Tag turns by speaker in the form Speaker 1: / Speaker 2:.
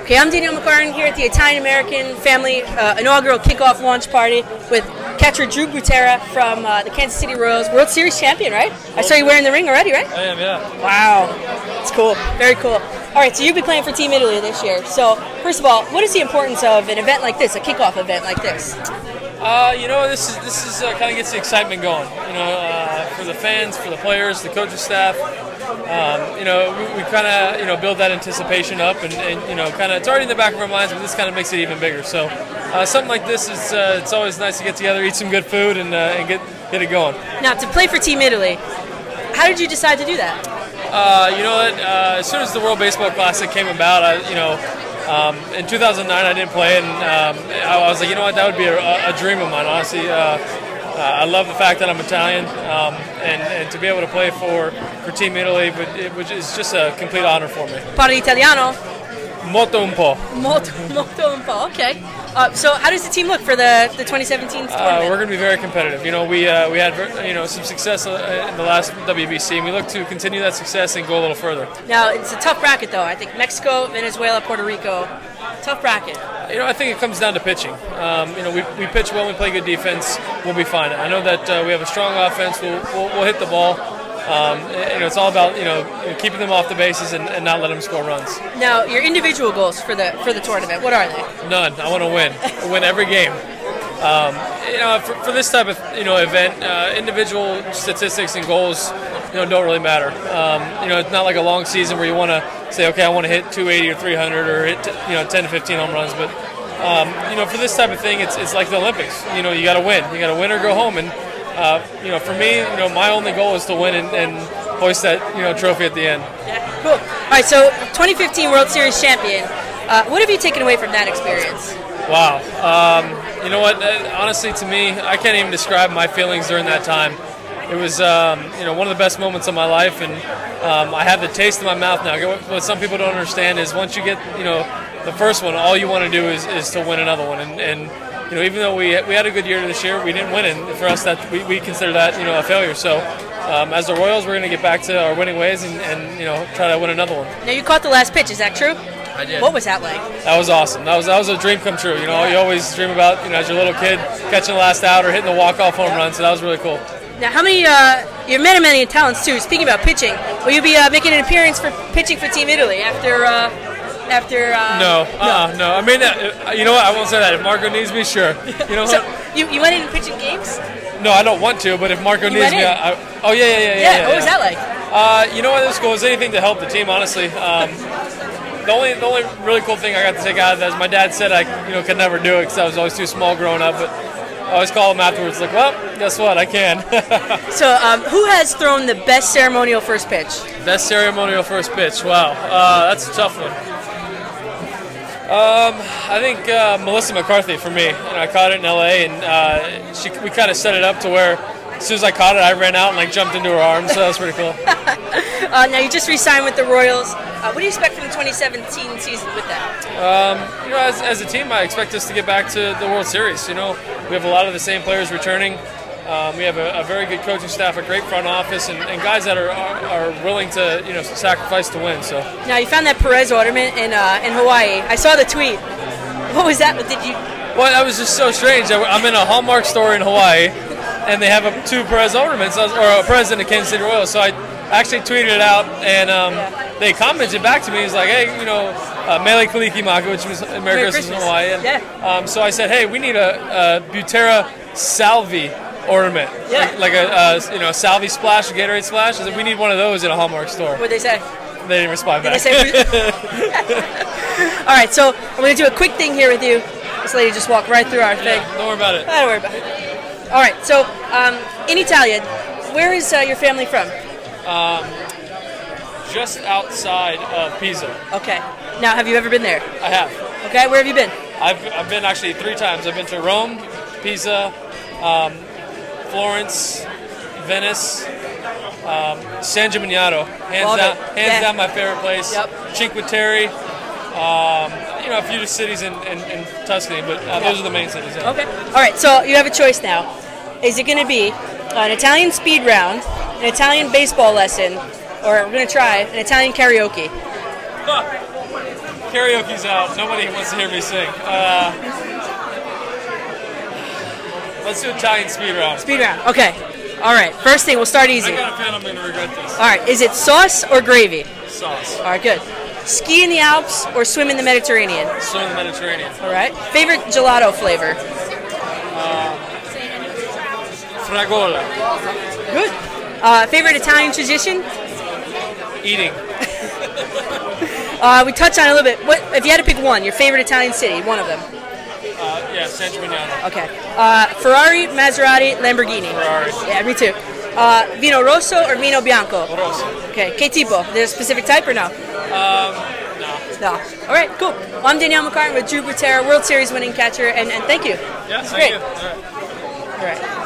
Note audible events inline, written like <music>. Speaker 1: Okay, I'm Daniel McCartan here at the Italian American Family uh, inaugural kickoff launch party with catcher Drew Butera from uh, the Kansas City Royals, World Series champion, right? I saw you wearing the ring already, right?
Speaker 2: I am, yeah.
Speaker 1: Wow, it's cool, very cool. All right, so you'll be playing for Team Italy this year. So, first of all, what is the importance of an event like this, a kickoff event like this?
Speaker 2: Uh, you know, this is this is uh, kind of gets the excitement going. You know, uh, for the fans, for the players, the coaching staff. Um, you know, we, we kind of you know build that anticipation up, and, and you know, kind of it's already in the back of our minds, but this kind of makes it even bigger. So, uh, something like this is uh, it's always nice to get together, eat some good food, and, uh, and get get it going.
Speaker 1: Now, to play for Team Italy, how did you decide to do that?
Speaker 2: Uh, you know what? Uh, as soon as the World Baseball Classic came about, I, you know, um, in 2009 I didn't play, and um, I was like, you know what? That would be a, a dream of mine, honestly. Uh, uh, I love the fact that I'm Italian, um, and, and to be able to play for, for Team Italy, but it, which is just a complete honor for me.
Speaker 1: Parlo italiano,
Speaker 2: Molto un po'.
Speaker 1: molto, <laughs> molto un po'. Okay. Uh, so, how does the team look for the, the 2017 tournament?
Speaker 2: Uh, we're going to be very competitive. You know, we uh, we had ver- you know some success uh, in the last WBC, and we look to continue that success and go a little further.
Speaker 1: Now it's a tough bracket, though. I think Mexico, Venezuela, Puerto Rico, tough bracket.
Speaker 2: You know, I think it comes down to pitching. Um, you know, we, we pitch well, we play good defense, we'll be fine. I know that uh, we have a strong offense, we'll, we'll, we'll hit the ball. Um, and, you know, it's all about, you know, keeping them off the bases and, and not letting them score runs.
Speaker 1: Now your individual goals for the for the tournament, what are they?
Speaker 2: None. I want to win. win every game. Um, you know, for, for this type of you know event, uh, individual statistics and goals, you know, don't really matter. Um, you know, it's not like a long season where you want to say, okay, I want to hit 280 or 300 or hit you know 10 to 15 home runs. But um, you know, for this type of thing, it's it's like the Olympics. You know, you got to win. You got to win or go home. And uh, you know, for me, you know, my only goal is to win and, and hoist that you know trophy at the end.
Speaker 1: Yeah, cool. All right, so 2015 World Series champion. Uh, what have you taken away from that experience?
Speaker 2: Wow. Um, you know what? Uh, Honestly, to me, I can't even describe my feelings during that time. It was, um, you know, one of the best moments of my life, and um, I have the taste in my mouth now. What- What some people don't understand is once you get, you know, the first one, all you want to do is, is to win another one. And, and you know, even though we we had a good year this year, we didn't win, and for us, that we, we consider that, you know, a failure. So, um, as the Royals, we're going to get back to our winning ways and, and you know try to win another one.
Speaker 1: Now you caught the last pitch. Is that true?
Speaker 2: I did.
Speaker 1: What was that like?
Speaker 2: That was awesome. That was that was a dream come true. You know, you always dream about you know as your little kid catching the last out or hitting the walk off home run. So that was really cool.
Speaker 1: Now, how many? Uh, you've met many talents too. Speaking about pitching, will you be uh, making an appearance for pitching for Team Italy after? Uh, after? Uh,
Speaker 2: No, uh, no. I mean, uh, you know what? I won't say that. If Marco needs me, sure. You know,
Speaker 1: So
Speaker 2: what?
Speaker 1: you, you went in and pitching games?
Speaker 2: no, I don't want to. But if Marco needs
Speaker 1: went
Speaker 2: me,
Speaker 1: in?
Speaker 2: I, I, oh yeah, yeah, yeah, yeah.
Speaker 1: what was that like?
Speaker 2: Uh, you know what? It was cool. It was anything to help the team, honestly. Um, the only the only really cool thing I got to take out of that is my dad said I you know could never do it because I was always too small growing up. But I always call him afterwards like, well, guess what? I can.
Speaker 1: So, um, who has thrown the best ceremonial first pitch?
Speaker 2: Best ceremonial first pitch. Wow, uh, that's a tough one. Um, I think uh, Melissa McCarthy for me. You know, I caught it in LA, and uh, she, we kind of set it up to where as soon as I caught it, I ran out and like jumped into her arms. So that was pretty cool.
Speaker 1: Uh, now, you just re signed with the Royals. Uh, what do you expect from the 2017 season with them?
Speaker 2: you know, as, as a team, I expect us to get back to the World Series. You know, we have a lot of the same players returning. Um, we have a, a very good coaching staff, a great front office, and, and guys that are, are are willing to you know sacrifice to win. So.
Speaker 1: Now, you found that Perez ornament in, uh, in Hawaii. I saw the tweet. What was that? Did you?
Speaker 2: Well, that was just so strange. I- I'm in a Hallmark store in Hawaii, and they have a, two Perez ornaments, or a Perez and a Kansas City Royals. So I actually tweeted it out, and um, they commented back to me. He's like, hey, you know, uh, Mele Kalikimaka, which means Merry, Christmas, in
Speaker 1: Christmas.
Speaker 2: Hawaii. And,
Speaker 1: Yeah.
Speaker 2: Um, so I said, hey, we need a, a Butera Salvi ornament,
Speaker 1: Yeah.
Speaker 2: like, like a uh, you know Salvi splash, a Gatorade splash. I said, we need one of those in a Hallmark store.
Speaker 1: What they say?
Speaker 2: They didn't respond back.
Speaker 1: They say <laughs> All right, so I'm going to do a quick thing here with you. This lady just walked right through our thing.
Speaker 2: <laughs> Yeah, don't worry about it.
Speaker 1: I don't worry about it. All right, so um, in Italia, where is uh, your family from?
Speaker 2: Just outside of Pisa,
Speaker 1: Okay. Now, have you ever been there?
Speaker 2: I have.
Speaker 1: Okay, where have you been?
Speaker 2: I've, I've been actually three times. I've been to Rome, Pisa, um, Florence, Venice, um, San Gimignano. Hands
Speaker 1: Love
Speaker 2: down,
Speaker 1: it.
Speaker 2: hands
Speaker 1: Yeah.
Speaker 2: down, my favorite place.
Speaker 1: Yep.
Speaker 2: Cinque Terre. Um, you know, a few cities in, in, in Tuscany, but uh, those are the main cities. Yeah.
Speaker 1: Okay. All right. So you have a choice now. Is it going to be an Italian speed round, an Italian baseball lesson, or we're going to try an Italian karaoke?
Speaker 2: Karaoke's out. Nobody wants to hear me sing. Uh, let's do Italian speed round.
Speaker 1: Speed round. Okay. All right. First thing, we'll start
Speaker 2: I
Speaker 1: easy. All
Speaker 2: got a pen. I'm gonna regret this.
Speaker 1: right. Is it sauce or gravy?
Speaker 2: Sauce.
Speaker 1: All right. Good. Ski in the Alps or swim in the Mediterranean?
Speaker 2: Swim in the Mediterranean.
Speaker 1: All right. Favorite gelato flavor?
Speaker 2: Fragola.
Speaker 1: Good. Uh, favorite Italian tradition?
Speaker 2: Eating.
Speaker 1: Uh, we touched on it a little bit. What if you had to pick one? Your favorite Italian city? One of them.
Speaker 2: Uh, yeah, San Gimignano.
Speaker 1: Okay. Uh, Ferrari, Maserati, Lamborghini.
Speaker 2: Ferrari.
Speaker 1: Yeah, me too. Uh, vino rosso or vino bianco?
Speaker 2: Rosso.
Speaker 1: Okay. Que tipo? There's a specific type or no?
Speaker 2: Um, No.
Speaker 1: No. All right. Cool. Well, I'm Danielle McCartan with Drew Butera, World Series winning catcher, and, and thank you.
Speaker 2: Yeah, thank
Speaker 1: Great.
Speaker 2: you. All right.
Speaker 1: All right.